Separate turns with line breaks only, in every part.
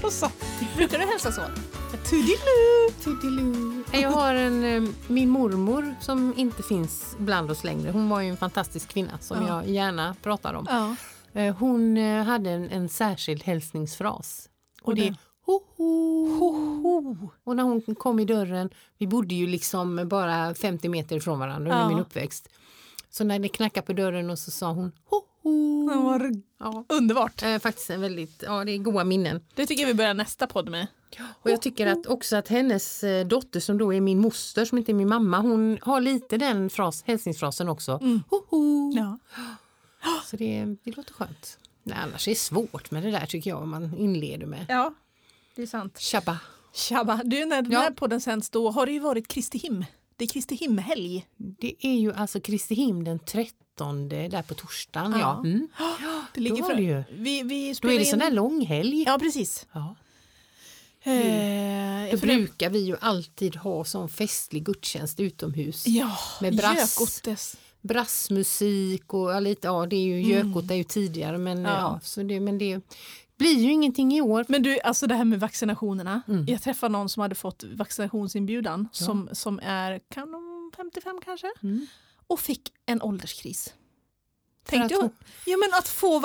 så, så.
Brukar du hälsa så?
Tudiloo, tudiloo.
Nej, Jag har en, eh, min mormor som inte finns bland oss längre. Hon var ju en fantastisk kvinna som
Ja.
jag gärna pratar om.
Ja.
Eh, Hon eh, hade en, en särskild hälsningsfras. Och det
den?
är hoho.
Hoho.
Och när hon kom i dörren, vi bodde ju liksom bara 50 meter ifrån varandra
Ja.
under min uppväxt. Så när det knackade på dörren och så sa hon hoho.
Den var
Ja.
Underbart.
Eh, Faktiskt en väldigt, ja det är goa minnen.
Det tycker jag vi börjar nästa podd med.
Och jag tycker att också att hennes eh, dotter som då är min moster som inte är min mamma hon har lite den fras, hälsningsfrasen också. Hoho.
Ja.
Så det, det låter skönt. Nej, annars är det svårt med det där tycker jag om man inleder med.
Ja, det är sant.
Tjabba.
Tjabba, du när den
Ja.
här podden sänds då har det ju varit Kristi him. Det är Kristi himhelg.
Det är ju alltså Kristiheim den 13 där på torsdagen. Ja.
Ja.
Mm.
Det ligger
var
för-
det ju.
Vi, vi
Då
spelar
är det
in-
sån där lång helg.
Ja, precis.
Ja.
Eh,
Då
för det-
brukar vi ju alltid ha sån festlig gudstjänst utomhus.
Ja,
med brass.
Gökottes.
brassmusik och ja, lite, ja det är ju Gökot är ju tidigare men,
Ja.
Mm. ja. så det, men det blir ju ingenting i år.
Men du, alltså det här med vaccinationerna.
Mm.
Jag träffade någon som hade fått vaccinationsinbjudan som, som är kan de 55 kanske
Mm.
och fick en ålderskris. Tänkte
att
jag,
hon-
ja men att få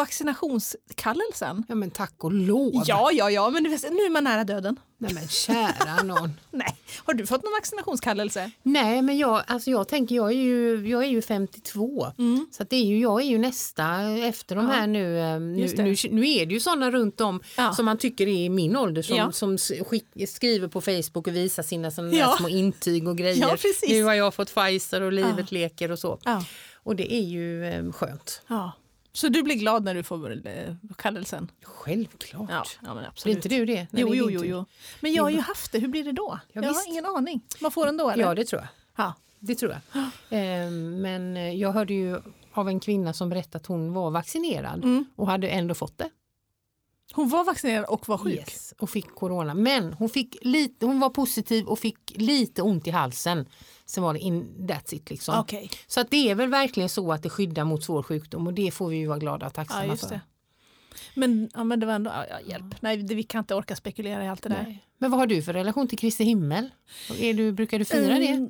vaccinationskallelsen.
Ja men tack och lov.
Ja, ja, ja, men du vet, nu är man nära döden.
Nej men kära någon.
Nej, har du fått någon vaccinationskallelse?
Nej men jag, alltså jag tänker jag är ju, jag är ju 52
Mm.
så att det är ju, jag är ju nästa efter de här nu. eh, Nu,
Just det.
nu. Nu är det ju sådana runt om
Ja.
som man tycker är i min ålder som,
Ja.
som s- skick, skriver på Facebook och visar sina såna
Ja.
där små intyg och grejer.
Ja, precis.
Nu har jag fått Pfizer och livet leker och så.
Ja.
Och det är ju eh, skönt.
ja. Så du blir glad när du får eh, kallelsen?
Självklart.
Ja, ja men
Blir
absolut.
inte du det? när
Jo,
det är
jo,
din
jo,
tur?
jo. Men jag har ju haft det, hur blir det då?
Ja,
jag
visst.
har ingen aning. Man får den då eller?
Ja, det tror jag.
ja.
Det tror jag. Ehm, Men eh, jag hörde ju av en kvinna som berättade att hon var vaccinerad
Mm.
och hade ändå fått det.
Hon var vaccinerad och var sjuk.
Yes, och fick corona. Men hon, fick lite, hon var positiv och fick lite ont i halsen. Sen var det in, that's it liksom.
Okej.
Så att det är väl verkligen så att det skyddar mot svår sjukdom och det får vi ju vara glada och tacksamma
Ja, just
för.
det. Men, ja, men det var ändå, ja, ja, hjälp. Nej, det, vi kan inte orka spekulera i allt det där.
Nej. Men vad har du för relation till Kristi himmel? Och Är du, brukar du fira det?
Mm.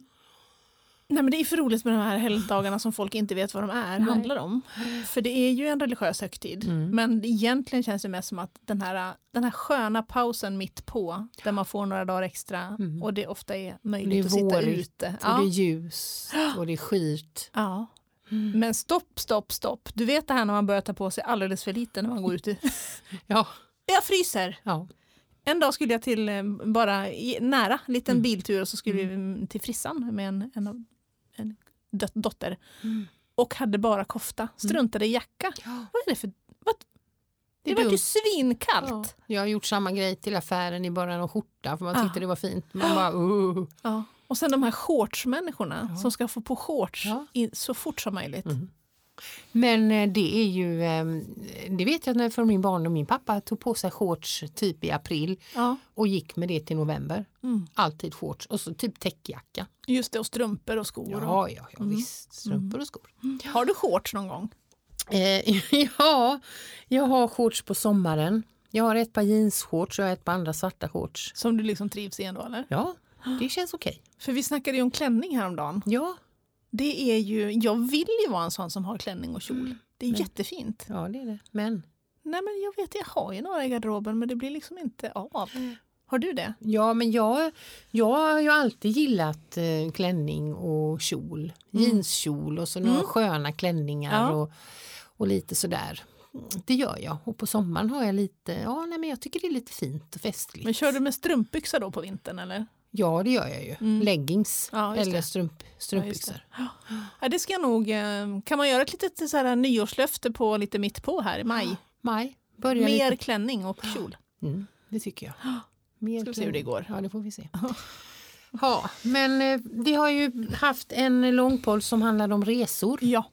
Nej men det är för roligt med de här helgdagarna som folk inte vet vad de är, handlar om. För det är ju en religiös högtid.
Mm.
Men egentligen känns det mest som att den här, den här sköna pausen mitt på, där man får några dagar extra och det ofta är möjligt
Mm. Det är
att sitta
vårigt
ute.
Och det är
Ja.
ljus och det är skit.
Ja.
Mm.
Men stopp, stopp, stopp. Du vet det här när man börjar ta på sig alldeles för lite när man går ut. i-
Ja,
Jag fryser!
ja.
En dag skulle jag till eh, bara i, nära, en
Mm.
liten biltur och så skulle vi mm, till frissan med en, en, av- en dot, dotter.
Mm.
Och hade bara kofta, struntade i jacka. Vad är det för... Vad, det
är
var ju
dumt. Ja,
svinkallt.
jag har gjort samma grej till affären i bara en skjorta för man
Ja.
tyckte det var fint. Man bara, uh.
Ja. Och sen de här shortsmänniskorna
Ja.
som ska få på shorts
Ja. Mm.
i, så fort som möjligt.
Men eh, det är ju, eh, det vet jag när från min barndom, min pappa tog på sig shorts typ i april
Ja.
och gick med det till november.
Mm.
Alltid shorts och så typ täckjacka.
Just det, och strumpor och skor. Och.
Ja, ja, ja visst, strumpor och skor.
Har du shorts någon gång?
Eh, ja, jag har shorts på sommaren. Jag har ett par jeansshorts och jag har ett par andra svarta shorts.
Som du liksom trivs i ändå eller?
Ja, det känns okej.
För vi snackade ju om klänning häromdagen.
Ja,
Det är ju, jag vill ju vara en sån som har klänning och kjol.
Mm.
Det är jättefint.
ja, det är det. Men
Nej men jag vet, jag har ju några i garderoben men det blir liksom inte av.
Mm.
Har du det?
Ja, men jag, jag har ju alltid gillat eh, klänning och kjol. Jeanskjol och så några sköna klänningar
Mm. Ja.
och, och lite sådär. Det gör jag. Och på sommaren har jag lite, ja nej men jag tycker det är lite fint och festligt.
Men kör du med strumpbyxa då på vintern eller?
Ja, det gör jag ju. Leggings
Mm. Ja, just
eller
det.
strump, strumpbyxor.
Ja, det ska jag nog, eh, kan man göra ett litet så här, nyårslöfte på lite mitt på här i maj?
Maj, börja
Mer
lite.
klänning och kjol.
Mm, det tycker jag. Mer
Ska vi se hur det
klänning.
går.
Ja, det får vi se. Ja, men eh, vi har ju haft en långpoll som handlade om resor.
Ja,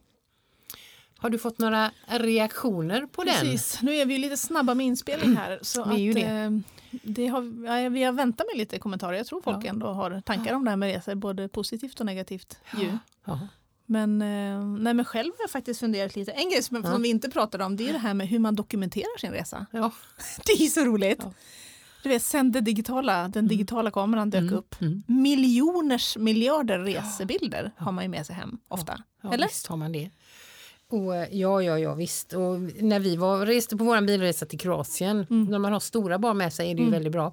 Har du fått några reaktioner på den?
precis. Nu är vi ju lite snabba med inspelning här. Så
Vi är ju
att,
det.
eh, det har, ja, vi har väntat med lite kommentarer. Jag tror folk ändå har tankar om det här med resor, både positivt och negativt. Ju.
Ja.
Men, eh, nej, men själv har jag faktiskt funderat lite. En grej som, som vi inte pratade om det är det här med hur man dokumenterar sin resa.
Ja.
Det är så roligt.
Ja.
Du vet, sen det digitala, den digitala kameran dök upp.
Mm.
Miljoners miljarder resebilder har man ju med sig hem ofta.
Ja,
Eller?
visst har man det. Och, eh, ja, ja, ja, visst. Och när vi var, reste på vår bilresa till Kroatien, när man har stora barn med sig är det ju väldigt bra.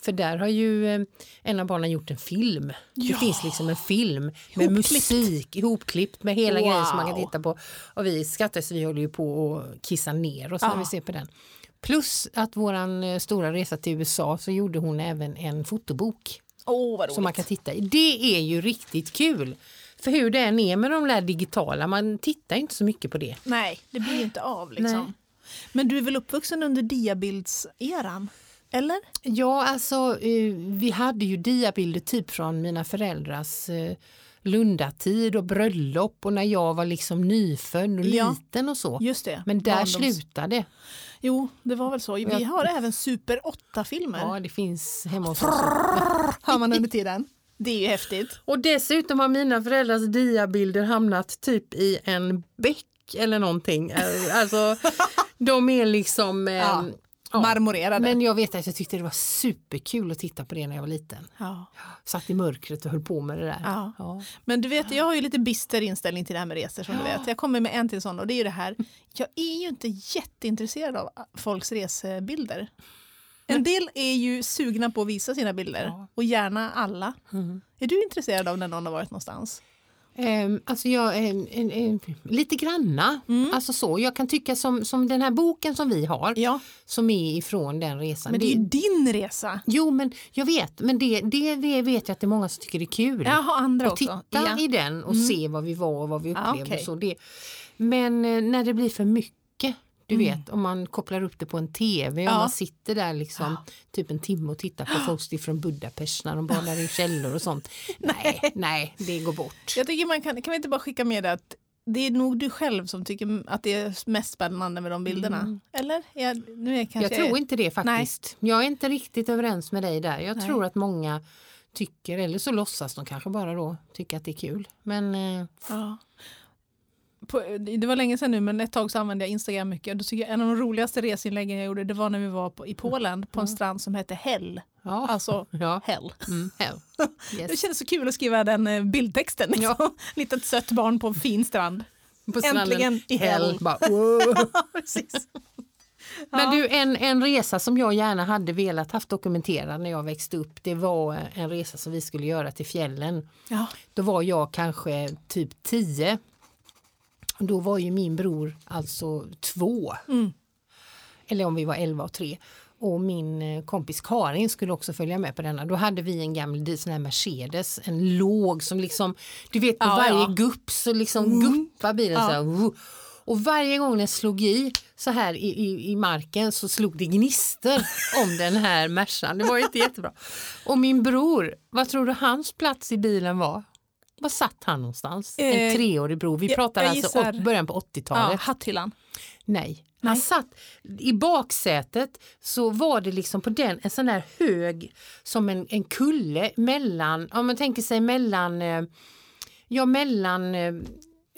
För där har ju eh, en av barnen gjort en film. Det finns liksom en film med
Ihopklippt.
musik ihopklippt med hela
Wow.
grejen som man kan titta på. Och vi skrattar så vi håller ju på att kissa ner oss när vi ser på den. Plus att våran eh, stora resa till USA så gjorde hon även en fotobok
Åh, vad
som man kan titta i. Det är ju riktigt kul. För hur det än är med de där digitala, man tittar inte så mycket på det.
Nej, det blir ju inte av liksom.
Nej.
Men du är väl uppvuxen under diabildseran? Eller?
Ja, alltså eh, vi hade ju diabilder typ från mina föräldrars eh, lundatid och bröllop och när jag var liksom nyfödd och
Ja.
liten och så.
Just det.
Men där
barndoms-
slutade det.
Jo, det var väl så. Vi har även Super 8-filmer.
Ja, det finns hemma hos oss. också.
Har man under tiden. Det är ju häftigt.
Och dessutom har mina föräldrars diabilder hamnat typ i en bäck eller någonting. Eh, Alltså, de är liksom... eh,
Ja.
ja.
Marmorerade.
Men jag vet att jag tyckte det var superkul att titta på det när jag var liten.
Ja.
Satt i mörkret och höll på med det där.
Ja.
Ja.
Men du vet, jag har ju lite bister inställning till det här med resor som du vet. Jag kommer med en till sån och det är ju det här. Jag är ju inte jätteintresserad av äh, folks resebilder. En del är ju sugna på att visa sina bilder
Ja.
och gärna alla. Är du intresserad av när någon har varit någonstans?
Ehm, alltså jag, ehm, en- en- lite granna. Alltså så. Jag kan tycka som, som den här boken som vi har,
Mm. Ja,
som är ifrån den resan.
men det är ju din resa.
Jo, men jag vet, men det, det, det vet jag att det är många som tycker det är kul.
Jag har andra
och
också.
titta
Ja. Mm.
i den och se vad vi var och vad vi
Ja,
upplevde. och
okej.
så det. Men eh, när det blir för mycket, du vet om man kopplar upp det på en tv och
Mm. Ja.
man sitter där liksom typ en timme och tittar på folk från Budapest när de badar i källor och sånt. Nej, nej, det går bort.
Jag tycker man kan, kan vi inte bara skicka med det att det är nog du själv som tycker att det är mest spännande med de bilderna. Eller? Jag, nu är jag, kanske
Jag tror inte det faktiskt. Jag är inte riktigt överens med dig där. Jag
Nej.
tror att många tycker, eller så låtsas de kanske bara då, tycker att det är kul. Men eh,
Ja. På, det var länge sedan nu men ett tag så använde jag Instagram mycket och då tycker jag en av de roligaste resinläggen jag gjorde det var när vi var på, i Polen på en strand som hette Hell.
Mm. ja.
Alltså
ja.
Hell.
Mm. hell.
Det
Yes.
kändes så kul att skriva den eh, bildtexten. Liksom. Litet sött barn på en fin strand.
På stranden.
Äntligen i hell.
Bara, wow.
Precis.
Men du, en, en resa som jag gärna hade velat haft dokumenterad när jag växte upp, det var en resa som vi skulle göra till fjällen.
Ja.
Då var jag kanske typ 10. Och Då var ju min bror alltså två.
Mm.
Eller om vi var 11 och 3. Och min eh, kompis Karin skulle också följa med på denna. Då hade vi en gammal sån här Mercedes, en låg som liksom, du vet på
Ja,
varje
ja. Mm.
gupp så liksom guppar bilen så här. wuh. Och varje gång den slog i så här i, i, i marken så slog det gnister om den här Mercan. Det var ju inte jättebra. Och min bror, vad tror du hans plats i bilen var? Var satt han någonstans?
Eh,
en treårig bror. Vi
jag-
pratar
jag
alltså
gissar-
åt- början på
Ja,
80-talet.
hatthyllan.
Nej. Han satt i baksätet så var det liksom på den en sån där hög som en, en kulle mellan, om man tänker sig mellan, eh, ja mellan, eh, ja,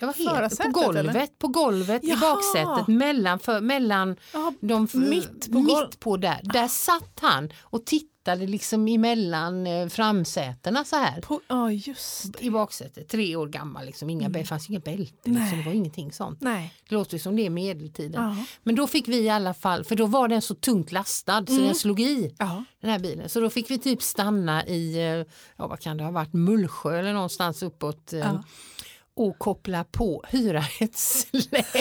vad heter det?
Förarsätet,
På golvet,
eller?
på golvet i
Jaha.
baksätet mellan, för, mellan
Ja,
de, f-
mitt på gol-
mitt på där. Där satt han och tittade liksom emellan eh, framsätena så här.
på, ja, just det.
I baksätet, tre år gammal, liksom. Inga,
Mm.
det fanns ju inga bälten, liksom. det var ingenting sånt.
Nej.
Det låter ju som det är medeltiden.
Ja.
Men då fick vi i alla fall, för då var den så tungt lastad så
Mm.
den slog i
Ja.
den här bilen. Så då fick vi typ stanna i, eh, ja vad kan det ha varit, Mullsjö eller någonstans uppåt eh,
Ja.
och koppla på, hyra ett släp.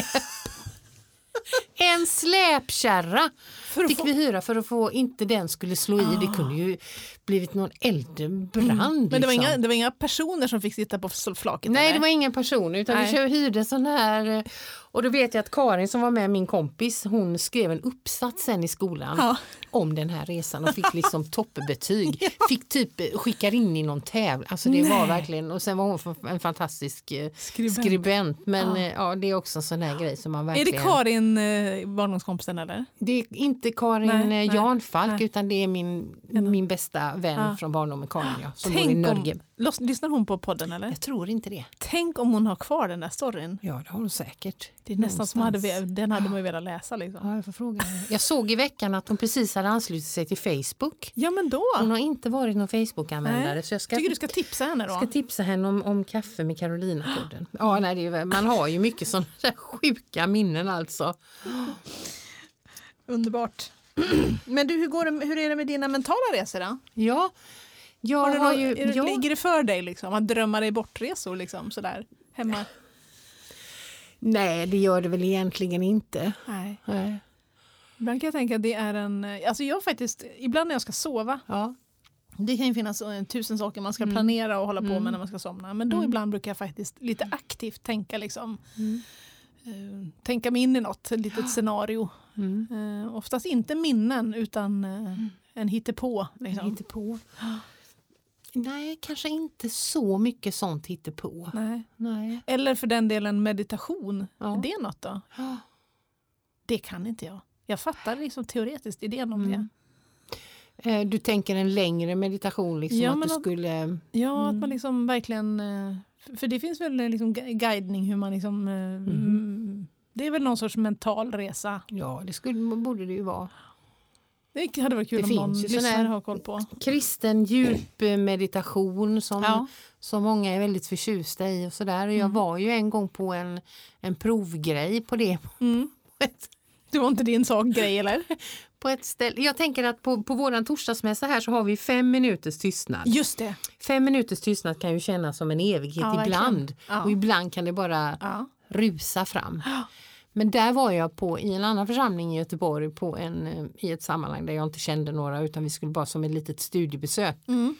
En släpkärra
För att
fick
få- Ah.
vi hyra för att få inte den skulle slå i. Det kunde ju blivit någon eldbrand.
Mm. Men det var,
liksom.
inga, det var inga personer som fick sitta på flaket?
Nej,
eller?
det var ingen person utan
Nej.
vi kör, hyrde en sån här eh, och då vet jag att Karin som var med min kompis hon skrev en uppsats sen i skolan
Ja.
om den här resan och fick liksom toppbetyg. Fick typ eh, skicka in i någon tävling. Alltså det var verkligen och sen var hon fa- en fantastisk eh,
Skribent.
skribent. Men ja. ja, det är också en sån här grej som man
Är det
verkligen.
Karin, eh, barndomskompisen eller?
det är inte Karin
Nej,
eh,
nej,
Janfalk
nej.
utan det är min,
En-
min bästa vän
Ja.
från barndomen Karin ja, som bor i
Tänk
Nörgeb.
om, Lås- lyssnar hon på podden eller?
Jag tror inte det.
Tänk om hon har kvar den där storyn.
Ja, det har hon säkert.
Det är nästan som hade,
Någonstans.
vi- den hade man ju velat läsa. Liksom.
Ja, jag får fråga henne. Jag såg i veckan att hon precis hade anslutit sig till Facebook.
Ja men då.
Hon har inte varit någon Facebook-användare
Nej.
så jag ska,
Tycker du ska tipsa henne då?
ska tipsa henne om, om kaffe med Carolina-podden. Ja, nej, det är, väl- man har ju mycket sådana där sjuka minnen alltså.
Underbart. men du, hur, går det, hur är det med dina mentala resor då?
Ja, jag har,
Har du någon,
ju...
är det,
ja.
Ligger det för dig liksom, att drömma dig bortresor liksom, sådär, hemma?
Nej, det gör det väl egentligen inte.
Nej.
Nej.
Ibland kan jag tänka att det är en... Alltså jag faktiskt, ibland när jag ska sova,
Ja.
det kan ju finnas eh, tusen saker man ska planera och hålla på med när man ska somna. Men då ibland brukar jag faktiskt lite aktivt tänka liksom, eh, tänka mig in i något, ett litet scenario.
Mm.
Eh, oftast inte minnen utan eh, en hittepå. Liksom.
Inte på. Nej, kanske inte så mycket sånt hittepå.
Nej.
Nej.
Eller för den delen meditation.
Ja.
Är det något då?
Ja.
Det kan inte jag. Jag fattar liksom teoretiskt idén om
Mm.
det.
Eh, Du tänker en längre meditation, liksom
Ja,
att
men
du
att-
skulle...
Ja, att man liksom verkligen... eh, f- För det finns väl eh, liksom gu- guidning hur man liksom... eh, mm, Det är väl någon sorts mental resa.
Ja, det skulle, borde det ju vara.
Det hade varit kul
Det
om
finns
någon
ju sån
lyssnare
här-
har koll på.
Kristen djupmeditation som,
Ja.
som många är väldigt förtjusta i och sådär. Och jag var ju en gång på en, en provgrej på det.
Mm. Det var inte din sak grej eller?
På ett ställe. Jag tänker att på, på våran torsdagsmässa här så har vi fem minuters tystnad.
Just det.
Fem minuters tystnad kan ju kännas som en evighet
Ja, verkligen.
ibland.
Ja.
Och ibland kan det bara
Ja.
rusa fram. Men där var jag på i en annan församling i Göteborg på en, eh, i ett sammanhang där jag inte kände några utan vi skulle bara som ett litet studiebesök.
Mm.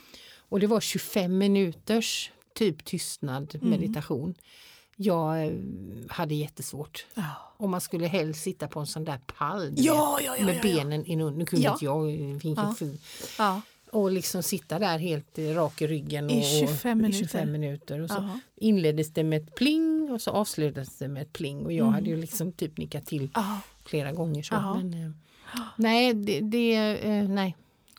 Och det var 25 minuters typ tystnad
Mm.
meditation. Jag eh, hade jättesvårt. Och man skulle helst sitta på en sån där pall du
Ja,
vet,
ja, ja,
med
ja, ja.
benen i nu kunde
Ja.
inte jag, eh, fick
Ja.
fy-
Ja.
och liksom sitta där helt eh, rak i ryggen.
I
och,
25 minuter.
I 25 minuter. Och så
Jaha.
inleddes det med ett pling och så avslutades det med ett pling. Och
Mm.
jag hade ju liksom typ nickat till
Ja.
flera gånger. Så.
Ja.
Men, eh,
Ah.
nej, det, det eh, nej.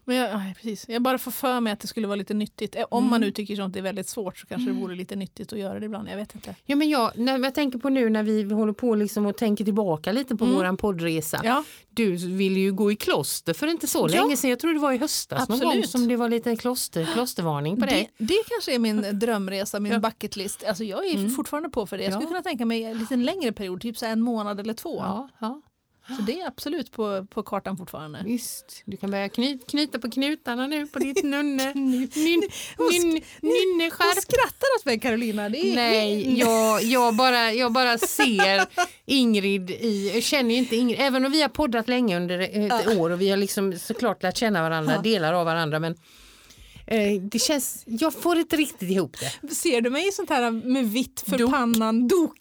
Men jag, nej, precis. jag bara får för mig att det skulle vara lite nyttigt. Eh, Om man nu tycker sånt är väldigt svårt så kanske det vore lite nyttigt att göra det ibland. Jag vet inte.
Ja, men jag, när jag tänker på nu när vi håller på liksom och tänker tillbaka lite på våran poddresa.
Mm. Ja,
Du ville ju gå i kloster för inte så
Ja.
länge sedan. Jag tror det var i höstas någon gång
Absolut.
som det var lite kloster, klostervarning på
det,
dig.
det kanske är min drömresa, min bucket list. Alltså jag är fortfarande på för det. Jag skulle
Ja.
kunna tänka mig en liten längre period, typ så här en månad eller två.
Ja, ja.
Så det är absolut på, på kartan fortfarande.
Visst, du kan börja kny, knyta på knutarna nu på ditt nunne, nyn,
Hon sk-
nyn,
Hon
nynneskärp.
skrattar åt mig Carolina. Det är,
Nej, jag, jag, bara, jag bara ser Ingrid i, jag känner ju inte Ingrid, även om vi har poddat länge under ett år och vi har liksom såklart lärt känna varandra, delar av varandra men eh, det känns, jag får inte riktigt ihop det.
Ser du mig i sånt här med vitt för
Dok.
pannan dok?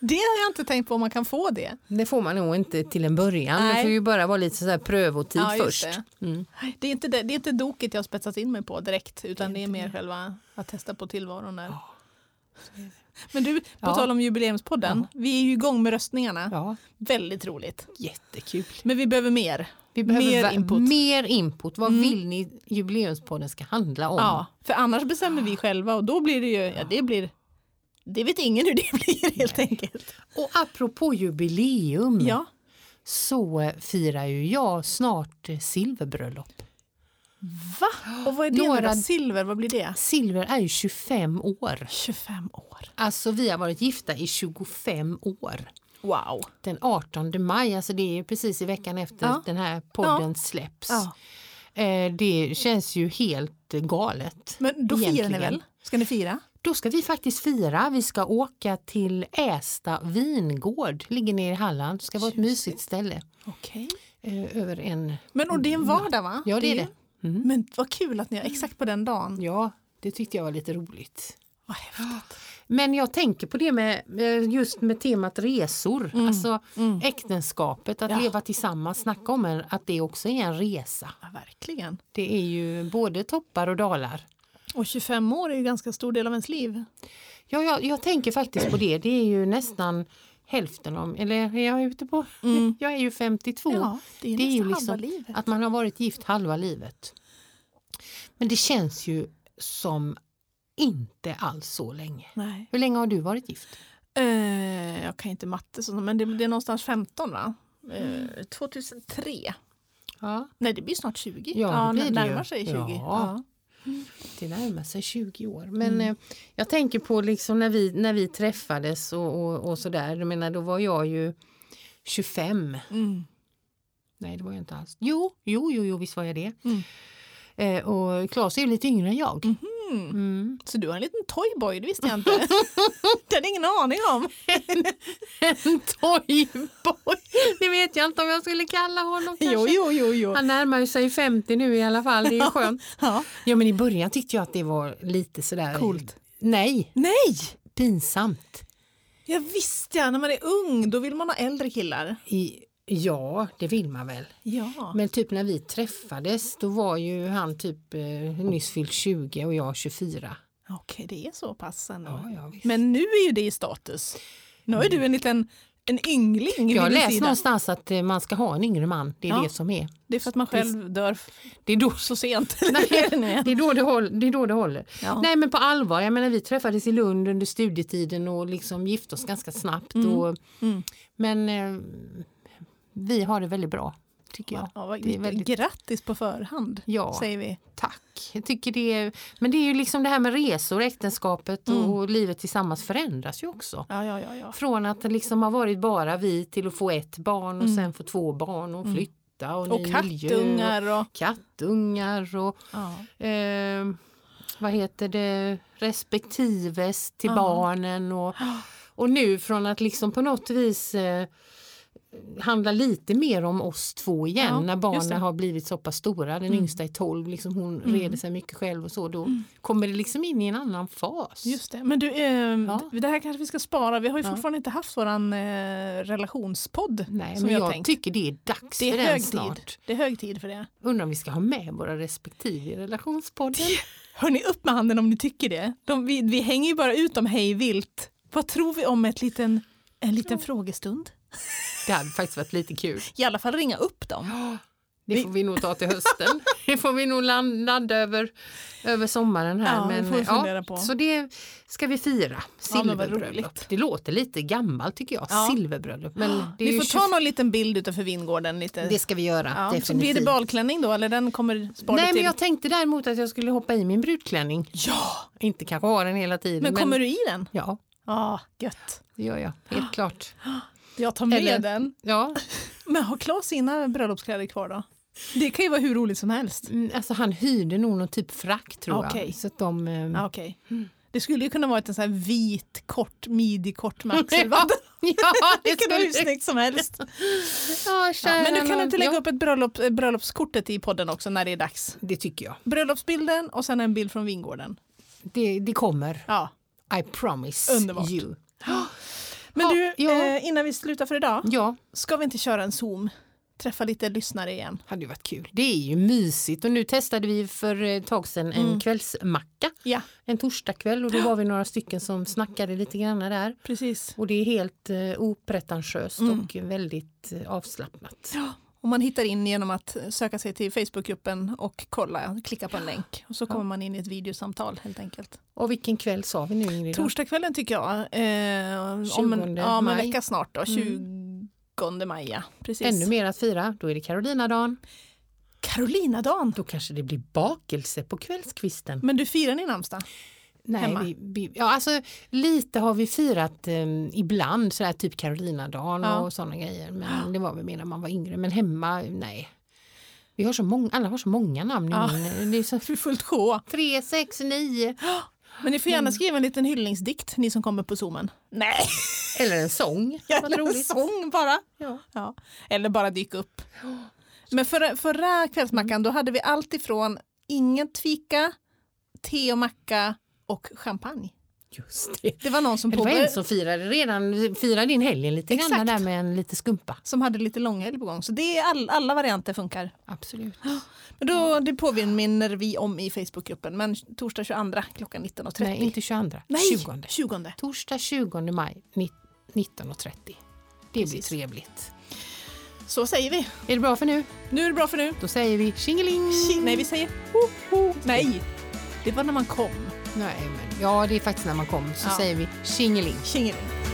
Det har jag inte tänkt på om man kan få det.
Det får man nog inte till en början, det
Nej.
får ju bara vara lite sådär prövotid
Ja, just
Typ först. Mm.
Det. Det, är inte det, det är inte doket jag har spetsat in mig på direkt utan det är mer själva att testa på tillvaron där. Men du, på
Ah. Ja.
tal om jubileumspodden, vi är ju igång med röstningarna.
Ja,
Väldigt roligt.
jättekul.
Men vi behöver mer.
Vi behöver
mer
va-
input. Mm.
Mer input. Vad vill ni jubileumspodden ska handla om?
Ja, för annars bestämmer
Ah.
vi själva och då blir det ju, ja det blir, det vet ingen hur det blir helt enkelt.
Och apropå jubileum
Ja,
så eh, firar ju jag snart eh, silverbröllop.
va? Och vad är det
Några-
Några... silver, vad blir det?
Silver är ju 25 år.
25 år.
Alltså vi har varit gifta i 25 år.
Wow.
Den 18 maj, alltså det är ju precis i veckan efter
Ja.
den här podden släpps.
Ja.
Eh, Det känns ju helt eh, galet.
Men då firar ni
Egentligen.
väl? Ska ni fira?
Då ska vi faktiskt fira. Vi ska åka till Ästa vingård, ligger nere i Halland. Det ska vara ett mysigt ställe.
Okej.
Eh, Över en...
Men och det är Mm. en vardag va?
Ja, det är det.
Men vad kul att ni har exakt på den dagen.
Ja, det tyckte jag var lite roligt.
Vad häftigt.
Men jag tänker på det med eh, just med temat resor, alltså äktenskapet, att
Ja.
leva tillsammans, snacka om en, att det också är en resa.
Ja, verkligen.
Det är ju både toppar och dalar.
Och 25 år är ju ganska stor del av ens liv.
Ja, jag, jag tänker faktiskt på det, det är ju nästan hälften om, eller är jag ute på, jag är ju 52. liksom
Ja, Mm. det är ju liksom nästan halva livet.
att man har varit gift halva livet. Men det känns ju som inte alls så länge.
Nej.
Hur länge har du varit gift?
Eh, jag kan inte matte, så- men det, det är någonstans 15 va? Eh, 2003.
Ja.
Nej, det blir snart 20.
Ja, det blir
när-
det ju.
närmar sig 20.
Ja. Det närmar sig 20 år. Men
Mm.
eh, jag tänker på liksom när vi, när vi träffades och, och, och sådär. Jag menar, då var jag ju 25.
Mm.
Nej, det var jag inte alls. Jo, jo, jo, jo visst var jag det.
Mm.
Eh, och Claes är ju lite yngre än jag. Mm.
Så du har en liten toyboy, det visste jag inte. det hade jag ingen aning om.
En toyboy! Det vet jag inte om jag skulle kalla honom kanske.
jo, jo, jo.
Han närmar ju sig 50 nu i alla fall, det är ju skönt.
Ja.
Ja men i början tyckte jag att det var lite sådär...
Coolt.
Nej,
Nej!
pinsamt.
Jag visste ja, när man är ung då vill man ha äldre killar.
I, ja, det vill man väl.
Ja.
Men typ när vi träffades då var ju han typ eh, nyss fyllt 20 och jag 24.
Okej, det är så pass ändå.
Ja, ja, visst.
Men nu är ju det i status. Nu är du en liten en yngling vid
Jag
din
läste
sida.
någonstans att eh, man ska ha en yngre man, det är
Ja.
det som är.
Det är för att man själv dör
Det är då,
så sent.
nej, det, är då det, håller, det är då det håller.
Ja.
Nej men på allvar, jag menar vi träffades i Lund under studietiden och liksom gifte oss ganska snabbt. Och,
Mm.
Men eh, vi har det väldigt bra tycker jag.
Ja, vad-
Det är väldigt-
Grattis på förhand,
Ja.
säger vi.
Tack. Jag tycker det är, men det är ju liksom det här med resor, äktenskapet och livet tillsammans förändras ju också.
Ja, ja, Mm. ja, ja.
Från att det liksom ha varit bara vi till att få ett barn och sen få två barn och flytta och,
Mm. Och
ny miljö.
kattungar och...
Och kattungar och
Ja.
eh, vad heter det, respektives till barnen och, och nu från att liksom på något vis eh, handla lite mer om oss två igen
Ja,
när
just det. Mm.
barnen har blivit så pass stora, den yngsta är 12, liksom hon reder sig mycket själv och så, då kommer det liksom in i en annan fas.
Just det. Men du, eh,
Ja.
det här kanske vi ska spara. Vi har ju fortfarande inte haft våran eh, relationspodd.
Nej,
som
men
vi har
jag
tänkt.
tycker det är dags
det
för
är
den
hög
snart.
tid. Det är hög tid för det.
Undrar om vi ska ha med våra respektive i relationspodden?
Hörni, upp med handen om ni tycker det. De, vi, vi hänger ju bara ut dem hej vilt. Vad tror vi om ett liten, en liten frågestund?
Det hade faktiskt varit lite kul.
I alla fall ringa upp dem.
Det får vi nog ta till hösten. Det får vi nog lan- ladda över, över sommaren här. eh,
Ja, det får vi fundera på.
Så det ska vi fira.
Ja, men vad
Silverbröllop.
roligt.
det låter lite gammalt tycker jag.
Ja.
Silverbröllop. Men det, är
Vi
ju
får
20
ta någon liten bild utanför vingården. Lite.
det ska vi göra.
ja. Så
definitivt.
blir det balklänning då eller den kommer spara
Nej,
till?
men jag tänkte däremot att jag skulle hoppa i min brudklänning.
Ja,
Inte kanske ha den hela tiden.
men kommer du i den?
Ja,
Ja, gött.
det gör jag. Helt klart.
Jag tar med
Eller-
den.
Ja,
Men har Claes sina bröllopskläder kvar då? Det kan ju vara hur roligt som helst.
mm, alltså han hyrde nog någon typ frack tror
Okej.
jag. Så att de, eh,
Ja, Okej. Det skulle ju kunna vara ett en sån här vit, kort, midi-kort med axelvadd.
ja,
Det
det
kan vara hur
skulle...
snyggt som helst.
Ja,
Ja, men du
kära
kan
nån.
inte lägga
Ja,
upp ett bröllop, eh, bröllopskortet i podden också när det är dags?
Det tycker jag.
Bröllopsbilden och sen en bild från vingården.
Det, det kommer.
Ja.
I promise
Underbart.
you.
Men
Ja,
du,
ja.
Eh, innan vi slutar för idag,
Ja,
ska vi inte köra en Zoom? Träffa lite lyssnare igen.
hade ju varit kul. Det är ju mysigt och nu testade vi för eh, ett tag sedan en
Mm.
kvällsmacka.
Ja,
En torsdagkväll och då var vi några stycken som snackade lite grann där.
precis.
Och det är helt eh, opretentiöst och väldigt eh, avslappnat.
Mm. Ja. Och man hittar in genom att söka sig till Facebookgruppen och kolla, klicka på en länk. Och så kommer man in i ett videosamtal helt enkelt.
Och vilken kväll sa vi nu Ingrid?
Torsdagskvällen tycker jag, eh, om, en,
20
ja, om en
maj. Mm.
vecka snart då, 20 maj. Ja. Precis.
Ännu mer att fira, då är det Carolina-dagen.
Carolina-dagen.
Då kanske det blir bakelse på kvällskvisten.
Men du firar din namnsdag?
Nej,
hemma?
vi, vi, ja, alltså, lite har vi firat eh, ibland, sådär, typ Carolina-dagen
Ja.
och sådana grejer. Men det var väl mer när man var yngre. Men hemma, nej. Vi har så många, alla har så många namn.
Ja.
Ja. Det är så,
Vi är fullt sjå.
tre, sex, nio.
Men ni får gärna skriva en liten hyllningsdikt, ni som kommer på zoomen. Nej,
Eller en sång. Vad
eller en
roligt.
sång bara.
Ja.
Ja. Eller bara dyka upp. Men förra, förra kvällsmackan, då hade vi allt ifrån ingen tvika, te och macka och champagne.
Just det.
Det var någon som,
Det var en
påbörjade,
som firade redan firade in helgen lite grann
Exakt.
där med en lite skumpa.
som hade lite långhelg på gång. Så det är all, alla varianter funkar.
Absolut.
Men då, det påminner vi om i Facebookgruppen, men torsdag 22 klockan 19.30.
Nej, inte 22.
Nej,
20.
20.
Torsdag 20 maj ni- 19.30. Det blir
Precis.
trevligt.
Så säger vi.
Är det bra för nu?
Nu är det bra för nu.
Då säger vi tjingeling!
Tji- Nej, vi säger ho, ho. Nej, det var när man kom.
Nej, men, ja, det är faktiskt när man kom så
Ja.
säger vi tjingeling.
Tjingeling.